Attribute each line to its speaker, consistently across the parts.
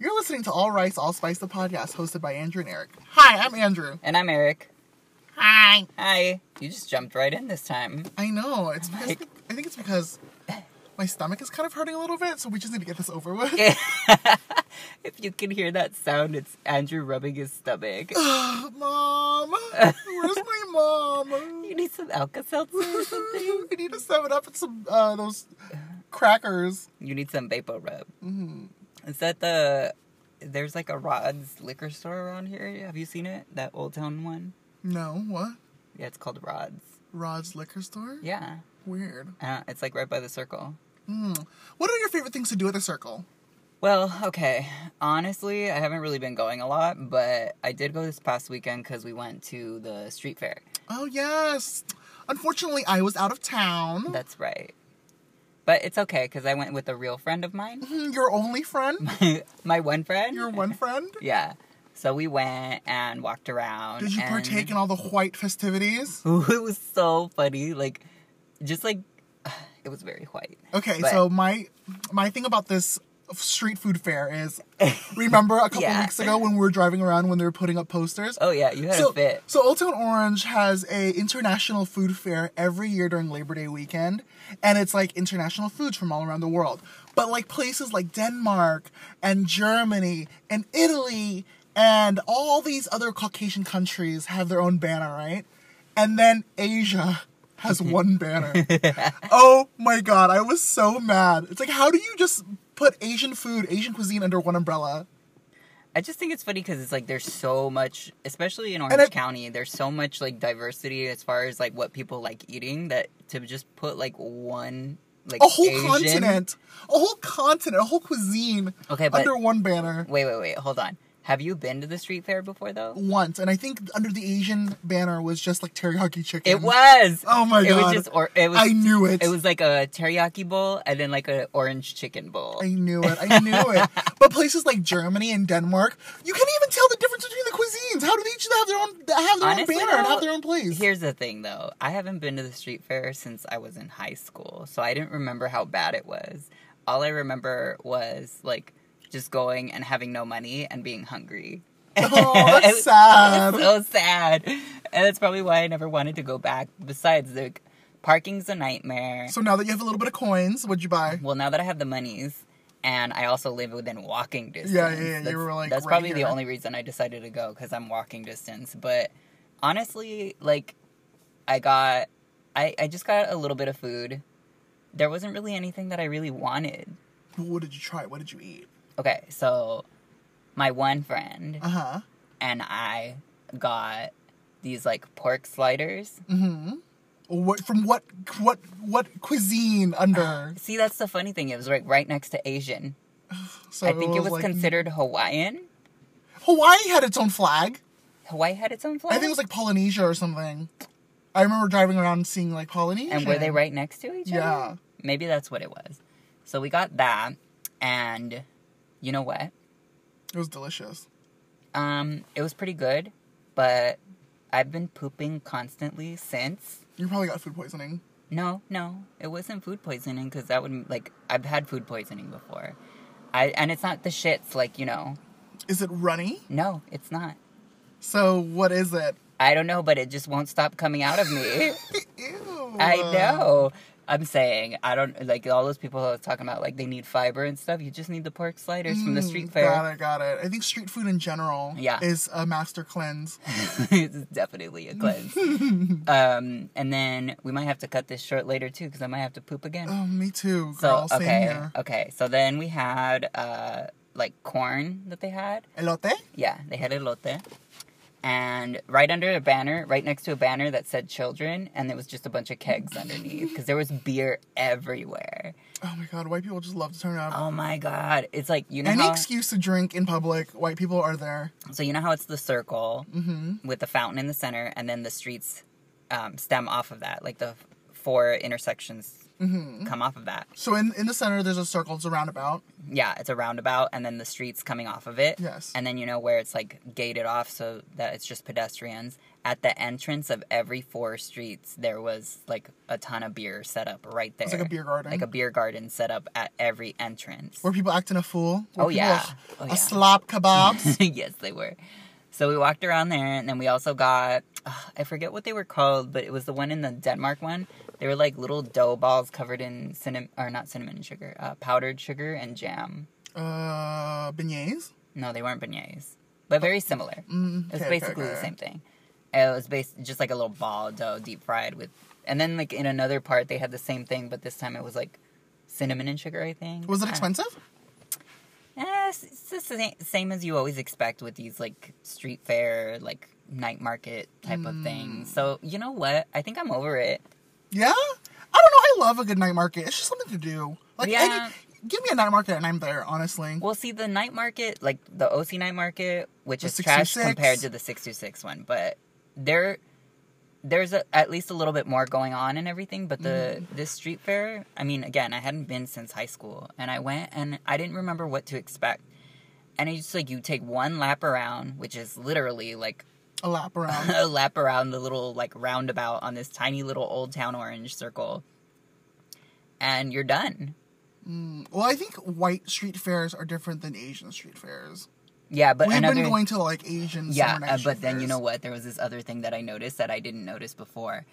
Speaker 1: You're listening to All Rice, All Spice, the podcast hosted by Andrew and Eric. Hi, I'm Andrew.
Speaker 2: And I'm Eric.
Speaker 1: Hi.
Speaker 2: Hi. You just jumped right in this time.
Speaker 1: I know. It's because
Speaker 2: Like-
Speaker 1: I think it's because my stomach is kind of hurting a little bit, so we just need to get this over with.
Speaker 2: if you can hear that sound, it's Andrew rubbing his stomach.
Speaker 1: mom, where's my mom?
Speaker 2: you need some Alka Seltzer or something?
Speaker 1: I need to seven up and some uh, those crackers.
Speaker 2: You need some Vapo Rub. Is that the. There's like a Rod's liquor store around here. Have you seen it? That Old Town one?
Speaker 1: No, what?
Speaker 2: Yeah, it's called Rod's.
Speaker 1: Rod's liquor store?
Speaker 2: Yeah.
Speaker 1: Weird.
Speaker 2: Uh, it's like right by the circle.
Speaker 1: What are your favorite things to do at the circle?
Speaker 2: Well, okay. Honestly, I haven't really been going a lot, but I did go this past weekend because we went to the street fair.
Speaker 1: Oh yes. Unfortunately, I was out of town.
Speaker 2: That's right. But it's okay because I went with a real friend of mine,
Speaker 1: Hmm, Your only friend?
Speaker 2: my one friend.
Speaker 1: Your one friend?
Speaker 2: Yeah. So we went and walked around.
Speaker 1: Did you
Speaker 2: and-
Speaker 1: partake in all the white festivities?
Speaker 2: it was so funny. Like, just like, it was very white.
Speaker 1: Okay,
Speaker 2: But-
Speaker 1: so my my thing about this street food fair is remember a couple
Speaker 2: Yeah.
Speaker 1: weeks ago when we were driving around when they were putting up posters?
Speaker 2: Oh yeah, you had
Speaker 1: so,
Speaker 2: a fit.
Speaker 1: so Old Town Orange has a international food fair every year during Labor Day weekend, and it's like international foods from all around the world. But like places like Denmark and Germany and Italy and all these other Caucasian countries have their own banner, right? And then Asia has one banner. oh my god, I was so mad. It's like how do you just put Asian food, Asian cuisine under one umbrella?
Speaker 2: I just think it's funny because it's like there's so much, especially in
Speaker 1: I-
Speaker 2: Orange County, there's so much like diversity as far as like what people like eating that to just put like one like
Speaker 1: a whole
Speaker 2: Asian-
Speaker 1: continent, a whole continent, a whole cuisine
Speaker 2: Okay, but-
Speaker 1: under one banner
Speaker 2: Wait, wait, wait, hold on. Have you been to the street fair before though?
Speaker 1: once. And I think under the Asian banner was just like teriyaki chicken.
Speaker 2: It was.
Speaker 1: Oh my
Speaker 2: It
Speaker 1: God.
Speaker 2: was just or it was.
Speaker 1: I knew it.
Speaker 2: It was like a teriyaki bowl and then like an orange chicken bowl.
Speaker 1: I knew it. I knew it. But places like Germany and Denmark, you can't even tell the difference between the cuisines. How do they each have their own have their
Speaker 2: Honestly,
Speaker 1: own banner and
Speaker 2: though,
Speaker 1: have their own place?
Speaker 2: Here's the thing though. I haven't been to the street fair since I was in high school, so I didn't remember how bad it was. All I remember was like just going and having no money and being hungry.
Speaker 1: oh,
Speaker 2: It
Speaker 1: that's
Speaker 2: was-
Speaker 1: sad.
Speaker 2: so sad. And that's probably why I never wanted to go back. Besides, like parking's a nightmare.
Speaker 1: So now that you have a little bit of coins, what'd you buy?
Speaker 2: Well, now that I have the monies and I also live within walking distance.
Speaker 1: yeah, yeah, you
Speaker 2: that's-
Speaker 1: were, like,
Speaker 2: That's
Speaker 1: right
Speaker 2: probably
Speaker 1: here.
Speaker 2: the only reason I decided to go because I'm walking distance. But honestly, like, I got, I, I just got a little bit of food. There wasn't really anything that I really wanted.
Speaker 1: What did you try? What did you eat?
Speaker 2: Okay, so my one friend
Speaker 1: Uh huh.
Speaker 2: and I got these like pork sliders.
Speaker 1: Mm. What from what what what cuisine under?
Speaker 2: See, that's the funny thing. It was like right next to Asian.
Speaker 1: So
Speaker 2: I think it was
Speaker 1: Oh, like-
Speaker 2: considered Hawaiian.
Speaker 1: Hawaii had its own flag.
Speaker 2: Hawaii had its own flag.
Speaker 1: I think it was like Polynesia or something. I remember driving around seeing like Polynesia.
Speaker 2: And were they right next to each other?
Speaker 1: Yeah.
Speaker 2: Maybe that's what it was. So we got that, and you know what?
Speaker 1: It was delicious.
Speaker 2: Um, it was pretty good, but I've been pooping constantly since.
Speaker 1: You probably got food poisoning.
Speaker 2: No, no, it wasn't food poisoning because that would like I've had food poisoning before. I and it's not the shits like you know.
Speaker 1: Is it runny?
Speaker 2: No, it's not.
Speaker 1: So what is it?
Speaker 2: I don't know, but it just won't stop coming out of me.
Speaker 1: Ew.
Speaker 2: I know. I'm saying I don't like all those people I was talking about. Like they need fiber and stuff. You just need the pork sliders from the street fair.
Speaker 1: Hmm, Mm, Got it, got it. I think street food in general
Speaker 2: Yeah.
Speaker 1: is a master cleanse.
Speaker 2: it's definitely a cleanse. um, and then we might have to cut this short later too, because I might have to poop again.
Speaker 1: Oh, me too,
Speaker 2: so
Speaker 1: girl. Same
Speaker 2: okay,
Speaker 1: here.
Speaker 2: okay. So then we had uh, like corn that they had.
Speaker 1: Elote?
Speaker 2: Yeah, they had elote. And right under a banner, right next to a banner that said children, and there was just a bunch of kegs underneath because there was beer everywhere.
Speaker 1: Oh my god, white people just love to turn up.
Speaker 2: Oh my god! It's like you know
Speaker 1: Any
Speaker 2: how,
Speaker 1: excuse to drink in public, white people are there.
Speaker 2: so you know how it's the circle
Speaker 1: Mm-hmm.
Speaker 2: with the fountain in the center, and then the streets um, stem off of that, like the f- four intersections
Speaker 1: Mm-hmm.
Speaker 2: come off of that.
Speaker 1: So in in the center, there's a circle. It's a roundabout.
Speaker 2: Yeah, it's a roundabout, and then the streets coming off of it.
Speaker 1: Yes.
Speaker 2: And then you know where it's like gated off so that it's just pedestrians. At the entrance of every four streets, there was like a ton of beer set up right there. It's
Speaker 1: like a beer garden.
Speaker 2: Like a beer garden set up at every entrance.
Speaker 1: Were people acting a fool? Were
Speaker 2: Oh,
Speaker 1: people
Speaker 2: yeah.
Speaker 1: A,
Speaker 2: Oh,
Speaker 1: a
Speaker 2: yeah.
Speaker 1: slop kebabs.
Speaker 2: yes, they were. So we walked around there, and then we also got ugh, I forget what they were called, but it was the one in the Denmark one. They were like little dough balls covered in cinnamon or not cinnamon sugar, uh, powdered sugar and jam.
Speaker 1: uh, beignets.
Speaker 2: No, they weren't beignets, but very similar. it was
Speaker 1: Mm, okay,
Speaker 2: basically
Speaker 1: okay,
Speaker 2: the
Speaker 1: okay.
Speaker 2: same thing. It was bas just like a little ball dough, deep fried with, and then like in another part they had the same thing, but this time it was like cinnamon and sugar. I think
Speaker 1: Was it
Speaker 2: I don't-
Speaker 1: expensive?
Speaker 2: Eh, it's it's the same, same as you always expect with these like street fair, like night market type of things. So you know what? I think I'm over it.
Speaker 1: Yeah. I don't know. I love a good night market. It's just something to do. Like,
Speaker 2: Yeah.
Speaker 1: any, give me a night market and I'm there. Honestly.
Speaker 2: We'll see, the night market, like the OC night market, which
Speaker 1: The
Speaker 2: is trash
Speaker 1: 626.
Speaker 2: compared to the six two six one, but there, there's a, at least a little bit more going on and everything. But the this street fair, I mean, again, I hadn't been since high school, and I went and I didn't remember what to expect. And it's just like you take one lap around, which is literally like
Speaker 1: A lap around.
Speaker 2: a lap around the little like roundabout on this tiny little old town orange circle and you're done
Speaker 1: well, I think white street fairs are different than Asian street fairs.
Speaker 2: yeah but
Speaker 1: We've
Speaker 2: another
Speaker 1: been going to like Asian.
Speaker 2: yeah
Speaker 1: summer night
Speaker 2: uh,
Speaker 1: street
Speaker 2: but then you
Speaker 1: fairs.
Speaker 2: know what there was this other thing that i noticed that i didn't notice before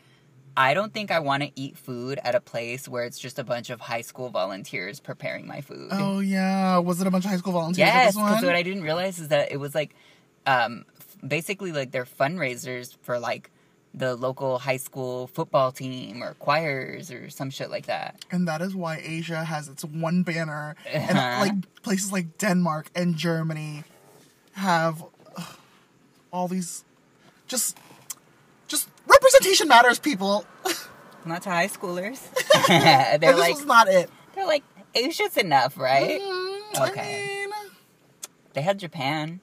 Speaker 2: i don't think i want to eat food at a place where it's just a bunch of high school volunteers preparing my food
Speaker 1: Oh yeah, was it a bunch of high school volunteers? at
Speaker 2: Yes,
Speaker 1: this
Speaker 2: because
Speaker 1: one?
Speaker 2: what I didn't realize is that it was like, um, f- basically like their fundraisers for like the local high school football team or choirs or some shit like that.
Speaker 1: and that is why Asia has its one banner, and
Speaker 2: Uh-huh.
Speaker 1: like places like Denmark and Germany have ugh, all these. Just, just representation matters, people.
Speaker 2: Not to high schoolers.
Speaker 1: And
Speaker 2: they're
Speaker 1: this
Speaker 2: like
Speaker 1: was not it.
Speaker 2: they're like Asia's enough, right?
Speaker 1: Mm,
Speaker 2: Okay.
Speaker 1: I mean,
Speaker 2: They had Japan.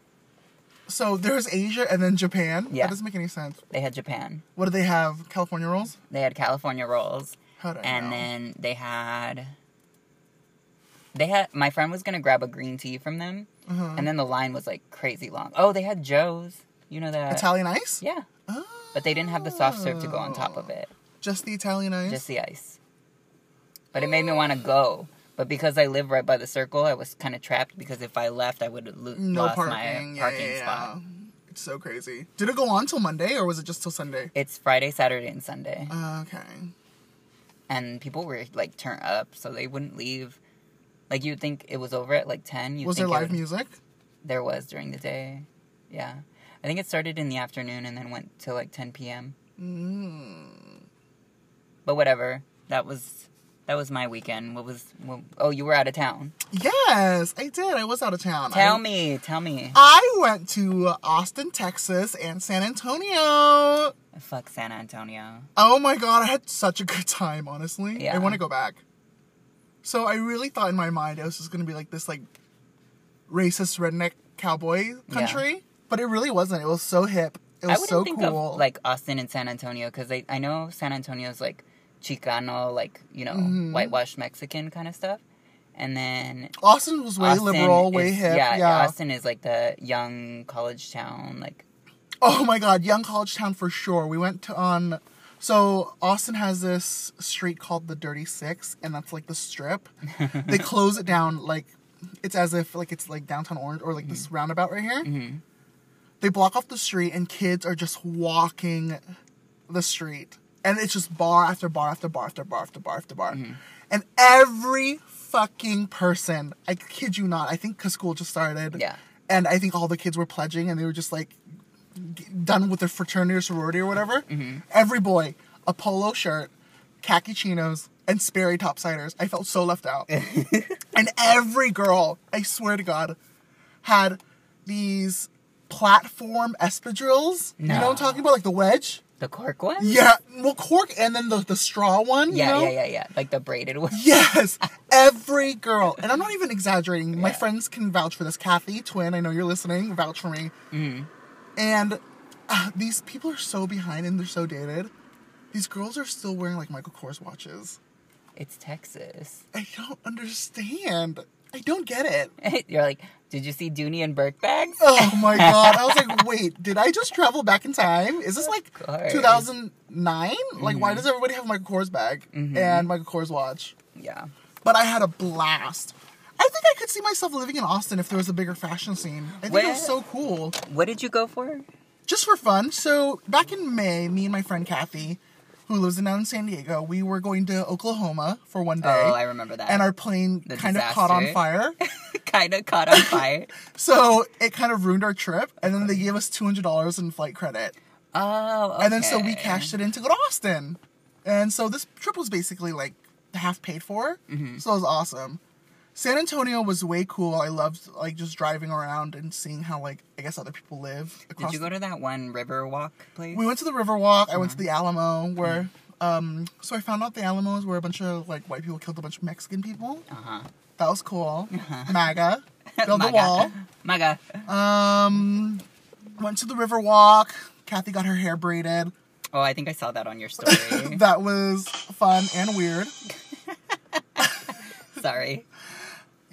Speaker 1: so there's Asia and then Japan.
Speaker 2: Yeah.
Speaker 1: That doesn't make any sense.
Speaker 2: They had Japan.
Speaker 1: What do they have? California rolls.
Speaker 2: They had California rolls.
Speaker 1: How do I
Speaker 2: and
Speaker 1: know?
Speaker 2: then they had they had my friend was gonna grab a green tea from them
Speaker 1: Mm-hmm.
Speaker 2: and then the line was like crazy long oh they had joe's you know that
Speaker 1: Italian ice.
Speaker 2: yeah
Speaker 1: Oh.
Speaker 2: but they didn't have the soft serve to go on top of it
Speaker 1: Just the Italian ice.
Speaker 2: just the ice but it made me want to go but because i live right by the circle i was kind of trapped because if i left i would have lo-
Speaker 1: no
Speaker 2: lost
Speaker 1: parking.
Speaker 2: my
Speaker 1: Yeah,
Speaker 2: parking
Speaker 1: yeah, yeah.
Speaker 2: spot
Speaker 1: It's so crazy. Did it go on till Monday or was it just till Sunday?
Speaker 2: it's friday saturday and sunday
Speaker 1: Uh-huh. Okay.
Speaker 2: and people were like turn up so they wouldn't leave like you'd think it was over at like 10 you
Speaker 1: Was there
Speaker 2: think it
Speaker 1: live
Speaker 2: would-
Speaker 1: music?
Speaker 2: there was during the day. Yeah. I think it started in the afternoon and then went to like 10 p.m.
Speaker 1: Mm.
Speaker 2: But whatever. That was that was my weekend. What was what, Oh, you were out of town.
Speaker 1: Yes, I did. I was out of town.
Speaker 2: Tell
Speaker 1: I,
Speaker 2: me, tell me.
Speaker 1: I went to Austin, Texas and San Antonio.
Speaker 2: Fuck San Antonio.
Speaker 1: Oh my god, I had such a good time, honestly.
Speaker 2: Yeah.
Speaker 1: I want to go back. So I really thought in my mind I was just gonna be like this like racist redneck cowboy country. But it really wasn't. It was so hip. It
Speaker 2: I
Speaker 1: was
Speaker 2: wouldn't
Speaker 1: so
Speaker 2: think
Speaker 1: cool.
Speaker 2: of like Austin and San Antonio cuz I I know San Antonio's like Chicano, like, you know,
Speaker 1: Mm-hmm.
Speaker 2: whitewashed Mexican kind of stuff. And then
Speaker 1: Austin was way
Speaker 2: Austin
Speaker 1: liberal, way
Speaker 2: is-
Speaker 1: hip.
Speaker 2: Yeah,
Speaker 1: Yeah,
Speaker 2: Austin is like the young college town like
Speaker 1: Oh my god, young college town for sure. We went to on so Austin has this street called the Dirty Six, and that's like the strip. they close it down like it's as if like it's like downtown Orange or like this roundabout right here. They block off the street, and kids are just walking the street, and it's just bar after bar after bar after bar after bar after bar, and every fucking person. I kid you not. I think because school just started.
Speaker 2: Yeah.
Speaker 1: And I think all the kids were pledging, and they were just like done with their fraternity or sorority or whatever, every boy a polo shirt, khaki chinos, and Sperry topsiders. I felt so left out. and every girl, I swear to God, had these platform espadrilles. You know what
Speaker 2: No.
Speaker 1: I'm talking about, like the wedge.
Speaker 2: the Cork one?
Speaker 1: Yeah, well, cork and then the, the straw one.
Speaker 2: Yeah,
Speaker 1: you know?
Speaker 2: yeah, yeah, yeah. Like the braided one.
Speaker 1: Yes, every girl, and I'm not even exaggerating. My friends can vouch for this. Kathy, twin, I know you're listening. Vouch for me.
Speaker 2: Mm-hmm.
Speaker 1: And uh, these people are so behind and they're so dated. These girls are still wearing like Michael Kors watches.
Speaker 2: It's Texas.
Speaker 1: I don't understand. I don't get it.
Speaker 2: You're like, did you see Dooney and Burke bags?
Speaker 1: Oh my god. I was like, wait, did I just travel back in time? Is this like
Speaker 2: course. Mm-hmm.
Speaker 1: 2009? Like, why does everybody have Michael Kors bag and Michael Kors watch?
Speaker 2: Yeah.
Speaker 1: But I had a blast. I think I could see myself living in Austin if there was a bigger fashion scene. I think it was
Speaker 2: Where-
Speaker 1: so cool.
Speaker 2: What did you go for?
Speaker 1: just for fun. So back in May, me and my friend Kathy, who lives in down in San Diego, we were going to Oklahoma for one day.
Speaker 2: Oh, I remember that.
Speaker 1: And our plane
Speaker 2: The
Speaker 1: kind of caught on
Speaker 2: disaster.
Speaker 1: fire.
Speaker 2: kind of caught on fire.
Speaker 1: so it kind of ruined our trip. And then they gave us $200 in flight credit.
Speaker 2: Oh,
Speaker 1: And then so we
Speaker 2: okay.
Speaker 1: cashed it in to go to Austin. And so this trip was basically like half paid for.
Speaker 2: Mm-hmm.
Speaker 1: So it was awesome. San Antonio was way cool. I loved like just driving around and seeing how like I guess other people live across
Speaker 2: Did you go Uh-huh. to that one river walk place?
Speaker 1: We went to the Riverwalk. I went to the Alamo, where
Speaker 2: Mm-hmm.
Speaker 1: um, so I found out the Alamo is where a bunch of like white people killed a bunch of Mexican people.
Speaker 2: uh huh.
Speaker 1: That was cool.
Speaker 2: Uh-huh.
Speaker 1: MAGA build the wall.
Speaker 2: Maga.
Speaker 1: Um, went to the Riverwalk. Kathy got her hair braided.
Speaker 2: Oh, I think I saw that on your story.
Speaker 1: That was fun and weird.
Speaker 2: Sorry.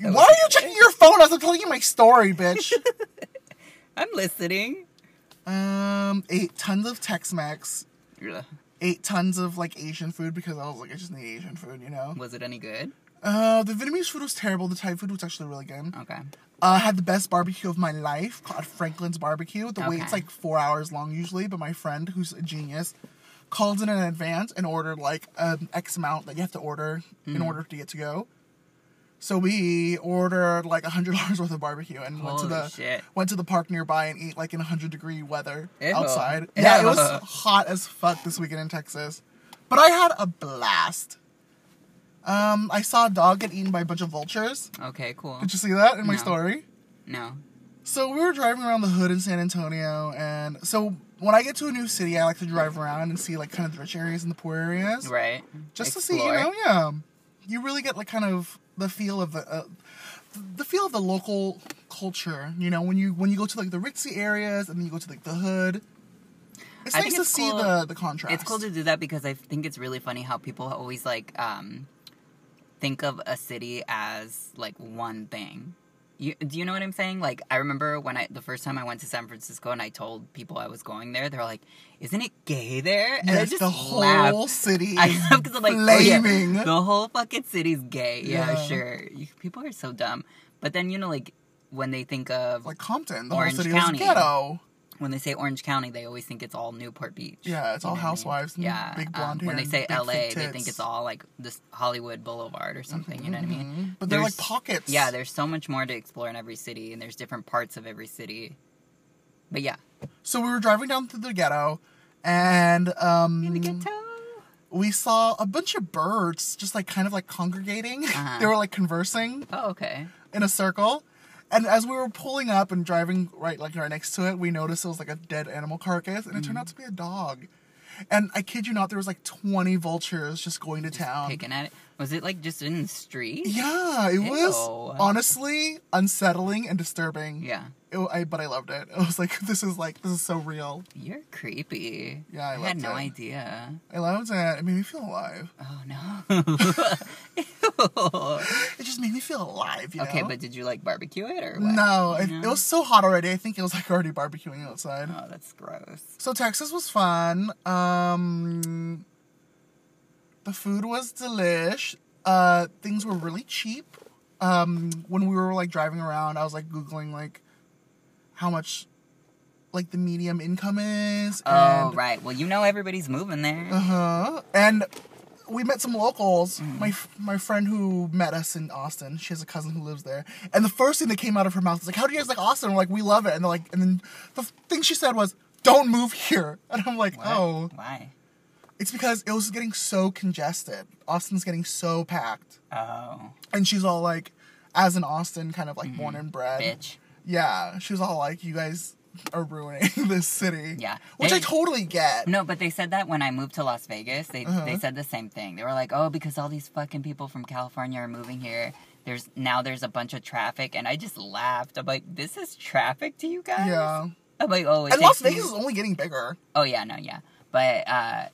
Speaker 1: Why are you checking your phone as I'm telling you my story, bitch?
Speaker 2: I'm listening.
Speaker 1: um, ate tons of Tex-Mex.
Speaker 2: Ugh.
Speaker 1: Ate tons of like Asian food because I was like, I just need Asian food, you know.
Speaker 2: Was it any good?
Speaker 1: Uh, the Vietnamese food was terrible. The Thai food was actually really good.
Speaker 2: Okay.
Speaker 1: Uh, I had the best barbecue of my life called Franklin's Barbecue. The
Speaker 2: Okay.
Speaker 1: wait's like four hours long usually, but my friend, who's a genius, called in in advance and ordered like an X amount that you have to order
Speaker 2: Mm.
Speaker 1: in order to get to go. So we ordered like a hundred dollars worth of barbecue and went to the
Speaker 2: Holy shit.
Speaker 1: went to the park nearby and ate like in hundred degree weather
Speaker 2: Ew.
Speaker 1: outside. Yeah, it was
Speaker 2: Ew.
Speaker 1: hot as fuck this weekend in Texas, but I had a blast. Um, I saw a dog get eaten by a bunch of vultures.
Speaker 2: Okay, cool.
Speaker 1: Did you see that in my
Speaker 2: No.
Speaker 1: story?
Speaker 2: No.
Speaker 1: So we were driving around the hood in San Antonio, and so when I get to a new city, I like to drive around and see like kind of the rich areas and the poor areas,
Speaker 2: Right.
Speaker 1: just to see, you know,
Speaker 2: Explore.
Speaker 1: yeah, you really get like kind of the feel of the uh, the feel of the local culture. You know, when you when you go to like the ritzy areas and then you go to like the hood, it's
Speaker 2: I
Speaker 1: nice
Speaker 2: think
Speaker 1: to
Speaker 2: it's
Speaker 1: see
Speaker 2: cool-
Speaker 1: the the contrast.
Speaker 2: It's cool to do that because I think it's really funny how people always like um, think of a city as like one thing. You, do you know what I'm saying? Like I remember when I the first time I went to San Francisco and I told people I was going there, they're like, "Isn't it gay there?" And I
Speaker 1: yes,
Speaker 2: just
Speaker 1: the whole
Speaker 2: laughed.
Speaker 1: city
Speaker 2: I
Speaker 1: is
Speaker 2: laugh because I'm like, oh, yeah,
Speaker 1: flaming.
Speaker 2: the whole fucking city's gay. Yeah,
Speaker 1: Yeah.
Speaker 2: sure. You, people are so dumb. But then you know, like when they think of
Speaker 1: like Compton, the
Speaker 2: Orange
Speaker 1: whole city
Speaker 2: County.
Speaker 1: is ghetto.
Speaker 2: when they say Orange County, they always think it's all Newport Beach.
Speaker 1: Yeah, it's all
Speaker 2: what I mean? um,
Speaker 1: housewives and big blonde hair
Speaker 2: When they
Speaker 1: and
Speaker 2: say
Speaker 1: big
Speaker 2: LA,
Speaker 1: fake
Speaker 2: they think
Speaker 1: tits.
Speaker 2: it's all like this Hollywood Boulevard or something. You know what I mean?
Speaker 1: Mm-hmm. But they're like
Speaker 2: There's-
Speaker 1: pockets.
Speaker 2: Yeah, there's so much more to explore in every city, and there's different parts of every city. But yeah,
Speaker 1: So we were driving down through the ghetto, and um, we saw a bunch of birds just like kind of like congregating.
Speaker 2: Uh-huh.
Speaker 1: they were like conversing
Speaker 2: Oh, okay.
Speaker 1: in a circle. And as we were pulling up and driving right like right next to it, we noticed it was like a dead animal carcass, and it
Speaker 2: Mm.
Speaker 1: turned out to be a dog. And I kid you not, there was like twenty vultures just going to town.
Speaker 2: Picking at it. Was it like just in the street?
Speaker 1: Um, Yeah, it
Speaker 2: Ew.
Speaker 1: was honestly unsettling and disturbing.
Speaker 2: Yeah.
Speaker 1: It, I, but I loved it. It was like this is like this is so real.
Speaker 2: You're creepy.
Speaker 1: Yeah, I
Speaker 2: had
Speaker 1: loved
Speaker 2: no
Speaker 1: it.
Speaker 2: idea.
Speaker 1: I loved it. It made me feel alive.
Speaker 2: Oh no.
Speaker 1: It just made me feel alive, you
Speaker 2: okay,
Speaker 1: know?
Speaker 2: but did you like barbecue it or what?
Speaker 1: no, it,
Speaker 2: No.
Speaker 1: it was so hot already. I think it was like already barbecuing outside.
Speaker 2: Oh, that's gross.
Speaker 1: So Texas was fun. Um, the food was delish. Uh, things were really cheap. Um, when we were like driving around, I was like googling like how much like the medium income is.
Speaker 2: Oh right. Well, you know everybody's moving
Speaker 1: Uh
Speaker 2: there.
Speaker 1: huh. And we met some locals.
Speaker 2: Mm-hmm.
Speaker 1: My my friend who met us in Austin, she has a cousin who lives there. And the first thing that came out of her mouth was like, "How do you guys like Austin?" We're like, "We love it." And they're like, and then the f- thing she said was, "Don't move here." And I'm like,
Speaker 2: What?
Speaker 1: "Oh,
Speaker 2: Why?
Speaker 1: it's because it was getting so congested. Austin's getting so packed."
Speaker 2: Oh,
Speaker 1: And she's all like, as an Austin kind of like born and bred.
Speaker 2: Mm-hmm. bitch.
Speaker 1: Yeah, she was all like, "You guys are ruining this city."
Speaker 2: Yeah.
Speaker 1: which I
Speaker 2: They-
Speaker 1: totally get.
Speaker 2: No, but they said that when I moved to Las Vegas, they
Speaker 1: Uh-huh.
Speaker 2: they said the same thing. They were like, "Oh, because all these fucking people from California are moving here. There's now there's a bunch of traffic." And I just laughed. I'm like, "This is traffic to you guys?"
Speaker 1: Yeah.
Speaker 2: I'm like, "Oh, it
Speaker 1: And Las
Speaker 2: takes me-
Speaker 1: Vegas is only getting bigger.
Speaker 2: Oh yeah, no, yeah, but uh,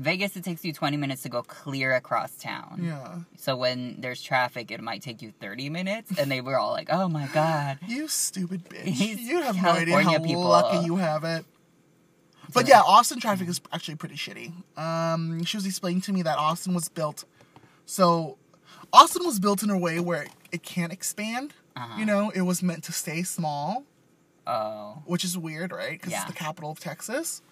Speaker 2: Vegas, it takes you 20 minutes to go clear across town.
Speaker 1: Yeah.
Speaker 2: So when there's traffic, it might take you 30 minutes. And they were all like, oh my God.
Speaker 1: You stupid bitch.
Speaker 2: These
Speaker 1: You have no idea
Speaker 2: California
Speaker 1: how
Speaker 2: people.
Speaker 1: lucky you have it. But yeah, Austin traffic is actually pretty shitty. Um, she was explaining to me that Austin was built, so Austin was built in a way where it can't expand.
Speaker 2: Uh-huh.
Speaker 1: You know, it was meant to stay small,
Speaker 2: Oh.
Speaker 1: which is weird, right? Because
Speaker 2: Yeah.
Speaker 1: it's the capital of Texas.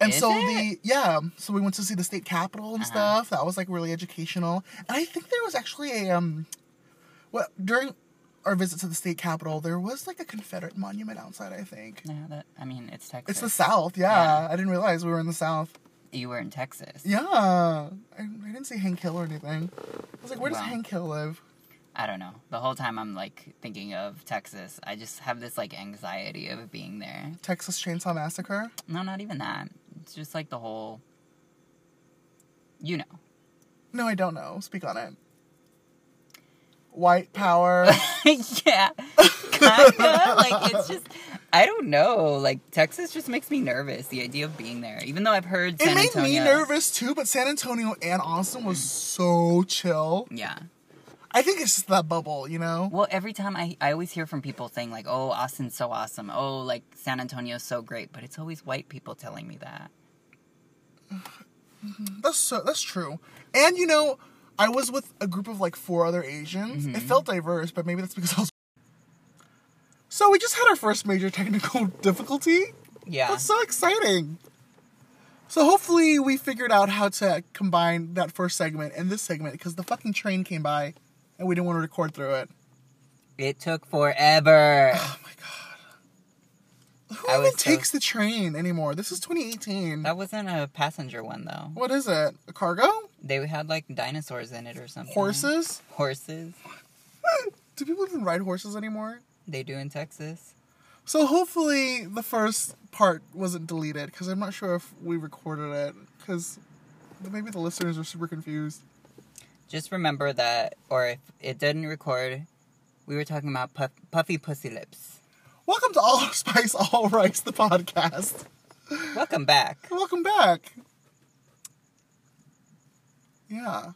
Speaker 1: And
Speaker 2: Is
Speaker 1: so
Speaker 2: it? Uh-huh.
Speaker 1: the yeah, so we went to see the state capitol and stuff. That was like really educational. And I think there was actually a um, well during our visit to the state capitol, there was like a Confederate monument outside. I think
Speaker 2: No, that, I mean, it's Texas.
Speaker 1: it's the South. Yeah, I didn't realize we were in the South.
Speaker 2: you were in Texas.
Speaker 1: Yeah, I, I didn't see Hank Hill or anything. I was like, where does
Speaker 2: Wow.
Speaker 1: Hank Hill live?
Speaker 2: I don't know. The whole time I'm like thinking of Texas. I just have this like anxiety of being there.
Speaker 1: Texas Chainsaw Massacre.
Speaker 2: No, not even that. It's just like the whole. You know.
Speaker 1: No, I don't know. Speak on it. White power.
Speaker 2: yeah. Kinda. like, it's just. I don't know. Like, Texas just makes me nervous, the idea of being there. Even though I've heard San
Speaker 1: it made me
Speaker 2: Antonio-
Speaker 1: nervous too, but San Antonio and Austin was so chill.
Speaker 2: Yeah.
Speaker 1: I think it's just that bubble, you know?
Speaker 2: Well, every time I, I always hear from people saying, like, oh, Austin's so awesome. Oh, like, San Antonio's so great. But it's always white people telling me that.
Speaker 1: That's so, that's true. And you know, I was with a group of like four other Asians. It
Speaker 2: Mm-hmm.
Speaker 1: felt diverse, but maybe that's because I was. So we just had our first major technical difficulty.
Speaker 2: Yeah.
Speaker 1: That's so exciting. So hopefully we figured out how to combine that first segment and this segment because the fucking train came by and we didn't want to record through it.
Speaker 2: It took forever.
Speaker 1: Who
Speaker 2: I
Speaker 1: even
Speaker 2: was so-
Speaker 1: takes the train anymore? This is 2018.
Speaker 2: that wasn't a passenger one, though.
Speaker 1: What is it? A cargo?
Speaker 2: They had, like, dinosaurs in it or something.
Speaker 1: Horses?
Speaker 2: Horses.
Speaker 1: Do people even ride horses anymore?
Speaker 2: They do in Texas.
Speaker 1: So hopefully the first part wasn't deleted because I'm not sure if we recorded it because maybe the listeners are super confused.
Speaker 2: Just remember that, or if it didn't record, we were talking about puff, puffy pussy lips.
Speaker 1: Welcome to All Spice All Rice, the podcast.
Speaker 2: Welcome back.
Speaker 1: Welcome back. Yeah,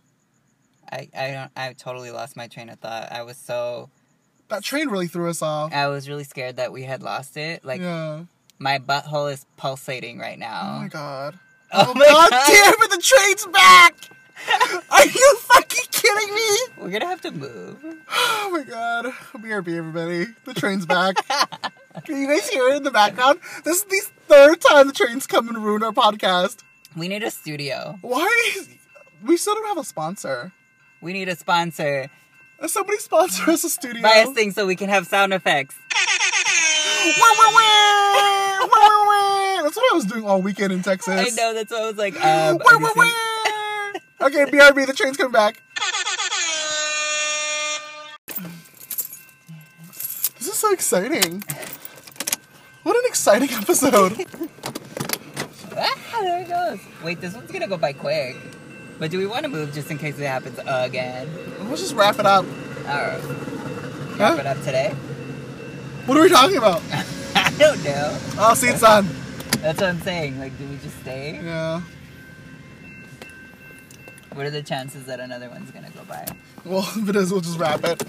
Speaker 2: I, I don't. I totally lost my train of thought. I was so.
Speaker 1: that train really threw us off.
Speaker 2: I was really scared that we had lost it. Like
Speaker 1: Yeah.
Speaker 2: my butthole is pulsating right
Speaker 1: Oh
Speaker 2: now.
Speaker 1: my god.
Speaker 2: Oh
Speaker 1: Oh,
Speaker 2: my
Speaker 1: god,
Speaker 2: God.
Speaker 1: damn it! The train's back. Are you fucking kidding me?
Speaker 2: We're gonna have to move.
Speaker 1: Oh my god. BRB everybody. The train's back. Can you guys hear it in the background? This is the third time the train's come and ruined our podcast.
Speaker 2: We need a studio.
Speaker 1: Why is we still don't have a sponsor.
Speaker 2: We need a sponsor.
Speaker 1: Somebody sponsor us a studio.
Speaker 2: Buy us things so we can have sound effects.
Speaker 1: Wah, wah, wah! Wah, wah, wah! That's what I was doing all weekend in Texas.
Speaker 2: I know that's why I was like, um,
Speaker 1: Wah, wah,
Speaker 2: this is-
Speaker 1: wah! okay, BRB, the train's coming back. This is so exciting. What an exciting episode.
Speaker 2: Ah, there it goes. Wait, this one's gonna go by quick. But do we want to move just in case it happens again?
Speaker 1: Let's just wrap it up.
Speaker 2: All right.
Speaker 1: Huh?
Speaker 2: Wrap it up today.
Speaker 1: What are we talking about?
Speaker 2: I don't know.
Speaker 1: I'll see it's on.
Speaker 2: That's what I'm saying. Like, do we just stay?
Speaker 1: Yeah.
Speaker 2: What are the chances that another one's gonna go by?
Speaker 1: Well, if it is, we'll just wrap it.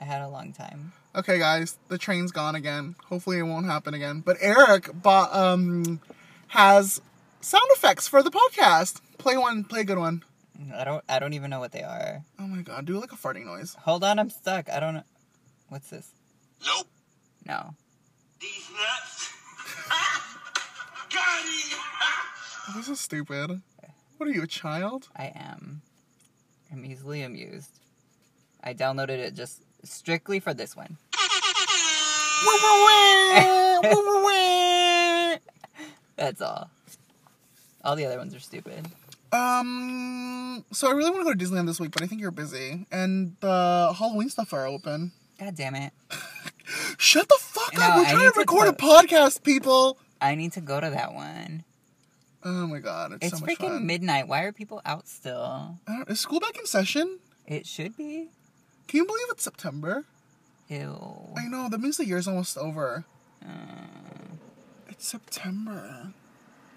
Speaker 2: I had a long time.
Speaker 1: Okay, guys, the train's gone again. Hopefully, it won't happen again. But Eric bought, um, has sound effects for the podcast. Play one. Play a good one.
Speaker 2: I don't. I don't even know what they are.
Speaker 1: Oh my god, do like a farting noise.
Speaker 2: Hold on, I'm stuck. I don't. What's this?
Speaker 3: Nope.
Speaker 2: No.
Speaker 3: These nuts. Got it.
Speaker 1: This is stupid. What are you, a child?
Speaker 2: I am. I'm easily amused. I downloaded it just strictly for this one.
Speaker 1: Wah, wah, wah, wah, wah, wah.
Speaker 2: That's all. All the other ones are stupid.
Speaker 1: Um, so I really want to go to Disneyland this week, but I think you're busy, and the Halloween stuff are open.
Speaker 2: God damn it.
Speaker 1: Shut the fuck
Speaker 2: No,
Speaker 1: up! We're
Speaker 2: I
Speaker 1: trying
Speaker 2: need
Speaker 1: to
Speaker 2: to
Speaker 1: record a
Speaker 2: go-
Speaker 1: podcast, people.
Speaker 2: I need to go to that one.
Speaker 1: Oh my god, it's,
Speaker 2: It's
Speaker 1: so much
Speaker 2: freaking
Speaker 1: fun.
Speaker 2: midnight. Why are people out still?
Speaker 1: I don't- is school back in session?
Speaker 2: It should be.
Speaker 1: Can you believe it's September?
Speaker 2: Ew.
Speaker 1: I know that means the year's almost over.
Speaker 2: Uh,
Speaker 1: September.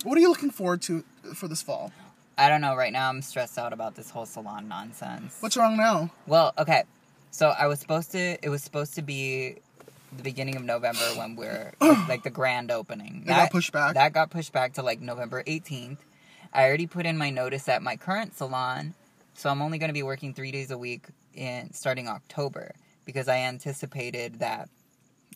Speaker 1: What are you looking forward to for this fall?
Speaker 2: I don't know. Right now, I'm stressed out about this whole salon nonsense.
Speaker 1: What's wrong now?
Speaker 2: Well, okay. So I was supposed to. It was supposed to be the beginning of November when we're like the grand opening.
Speaker 1: It got pushed back.
Speaker 2: That got pushed back to like November 18th. I already put in my notice at my current salon, so I'm only going to be working three days a week in starting October because I anticipated that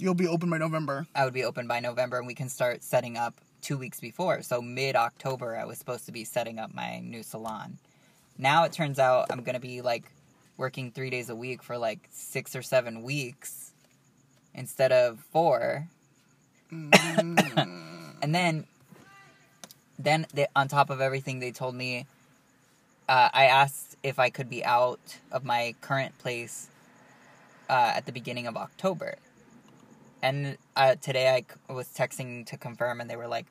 Speaker 1: You'll be open by November.
Speaker 2: I would be open by November and we can start setting up two weeks before. So mid October, I was supposed to be setting up my new salon. Now it turns out I'm going to be like working three days a week for like six or seven weeks instead of four. and then, then they, on top of everything, they told me uh, I asked if I could be out of my current place uh, at the beginning of October. And uh, today I c- was texting to confirm, and they were like,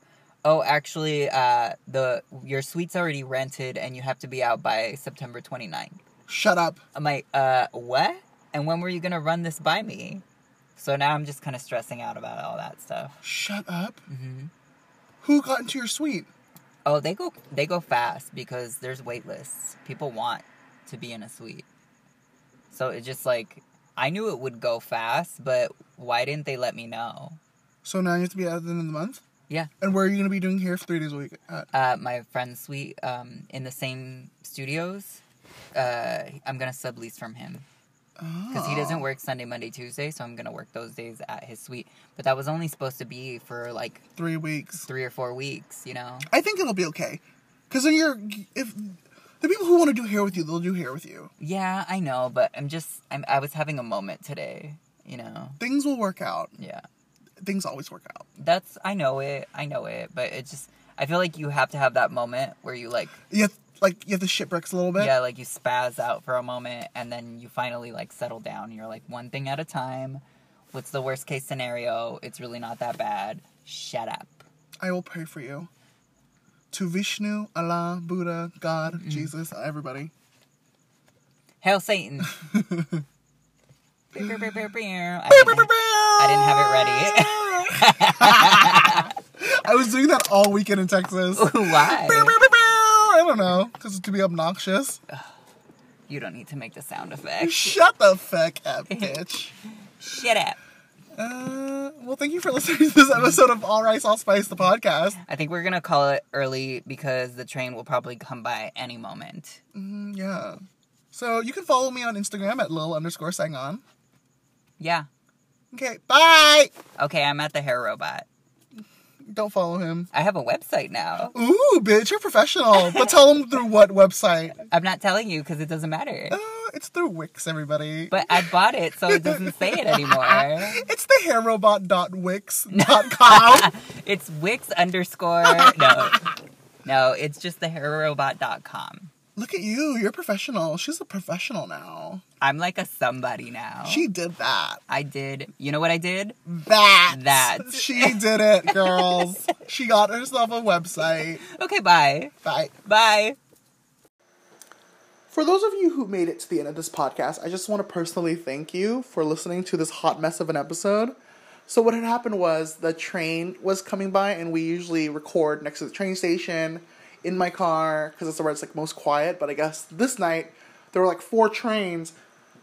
Speaker 2: "Oh, actually, uh, the your suite's already rented, and you have to be out by September 29th."
Speaker 1: Shut up.
Speaker 2: I'm like, "Uh, what? And when were you gonna run this by me?" So now I'm just kind of stressing out about all that stuff.
Speaker 1: Shut up.
Speaker 2: Mm-hmm.
Speaker 1: Who got into your suite?
Speaker 2: Oh, they go they go fast because there's wait lists. People want to be in a suite. So it's just like I knew it would go fast, but why didn't they let me know?
Speaker 1: So now you have to be out at the end of the month.
Speaker 2: Yeah.
Speaker 1: And where are you going to be doing here for three days a week? At?
Speaker 2: uh, my friend's suite um, in the same studios. Uh, I'm gonna sublease from him because he doesn't work Sunday, Monday, Tuesday, so I'm gonna work those days at his suite. But that was only supposed to be for like
Speaker 1: Three weeks.
Speaker 2: three or four weeks, you know.
Speaker 1: I think it'll be okay. Because then you're if the people who want to do hair with you, they'll do hair with you.
Speaker 2: Yeah, I know, but I'm just I'm, I was having a moment today, you know.
Speaker 1: Things will work out.
Speaker 2: Yeah,
Speaker 1: Things always work out.
Speaker 2: that's I know it, I know it, but it just I feel like you have to have that moment where you like
Speaker 1: You have, like you have to shit bricks a little bit.
Speaker 2: yeah, like you spaz out for a moment and then you finally like settle down. You're like one thing at a time. What's the worst case scenario? It's really not that bad. Shut up.
Speaker 1: I will pray for you. To Vishnu, Allah, Buddha, God,
Speaker 2: Mm.
Speaker 1: Jesus, everybody.
Speaker 2: Hail Satan. Beep, beep, beep, beep, beep. I didn't, I didn't have
Speaker 1: I was doing that all weekend in Texas.
Speaker 2: it ready. Why?
Speaker 1: I don't know, because to be obnoxious.
Speaker 2: You don't need to make the sound effect.
Speaker 1: Shut the fuck up, bitch.
Speaker 2: Shut up.
Speaker 1: Uh, well, thank you for listening to this episode of All Rice, All Spice, the podcast.
Speaker 2: I think we're gonna call it early because the train will probably come by any moment.
Speaker 1: Mm, Yeah. So you can follow me on Instagram at lil underscore sang on.
Speaker 2: Yeah.
Speaker 1: Okay, bye!
Speaker 2: Okay, I'm at the hair robot.
Speaker 1: Don't follow him.
Speaker 2: I have a website now.
Speaker 1: Ooh, bitch, you're professional. but tell him through what website.
Speaker 2: I'm not telling you because it doesn't matter.
Speaker 1: Uh, it's through Wix, everybody.
Speaker 2: But I bought it, so it doesn't say it anymore.
Speaker 1: it's the hairrobot.wix.com.
Speaker 2: It's Wix underscore. No. No, it's just the hairrobot.com.
Speaker 1: Look at you, you're professional. She's a professional now.
Speaker 2: I'm like a somebody now.
Speaker 1: She did that.
Speaker 2: I did. You know what I did?
Speaker 1: That.
Speaker 2: That.
Speaker 1: She did it, girls. she got herself a website.
Speaker 2: Okay, bye.
Speaker 1: Bye.
Speaker 2: Bye.
Speaker 1: For those of you who made it to the end of this podcast, I just want to personally thank you for listening to this hot mess of an episode. So, what had happened was the train was coming by, and we usually record next to the train station in my car because that's where it's like most quiet. But I guess this night there were like four trains,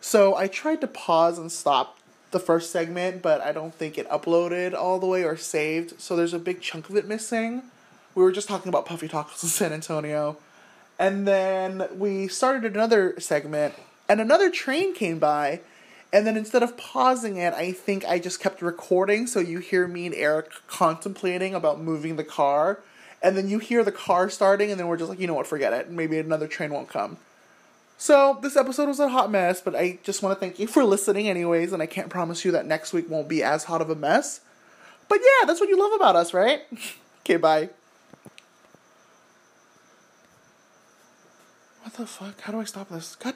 Speaker 1: so I tried to pause and stop the first segment, but I don't think it uploaded all the way or saved. So, there's a big chunk of it missing. We were just talking about Puffy Tacos in San Antonio. And then we started another segment, and another train came by. And then instead of pausing it, I think I just kept recording. So you hear me and Eric contemplating about moving the car. And then you hear the car starting, and then we're just like, you know what, forget it. Maybe another train won't come. So this episode was a hot mess, but I just want to thank you for listening, anyways. And I can't promise you that next week won't be as hot of a mess. But yeah, that's what you love about us, right? okay, bye. What the fuck? How do I stop this? God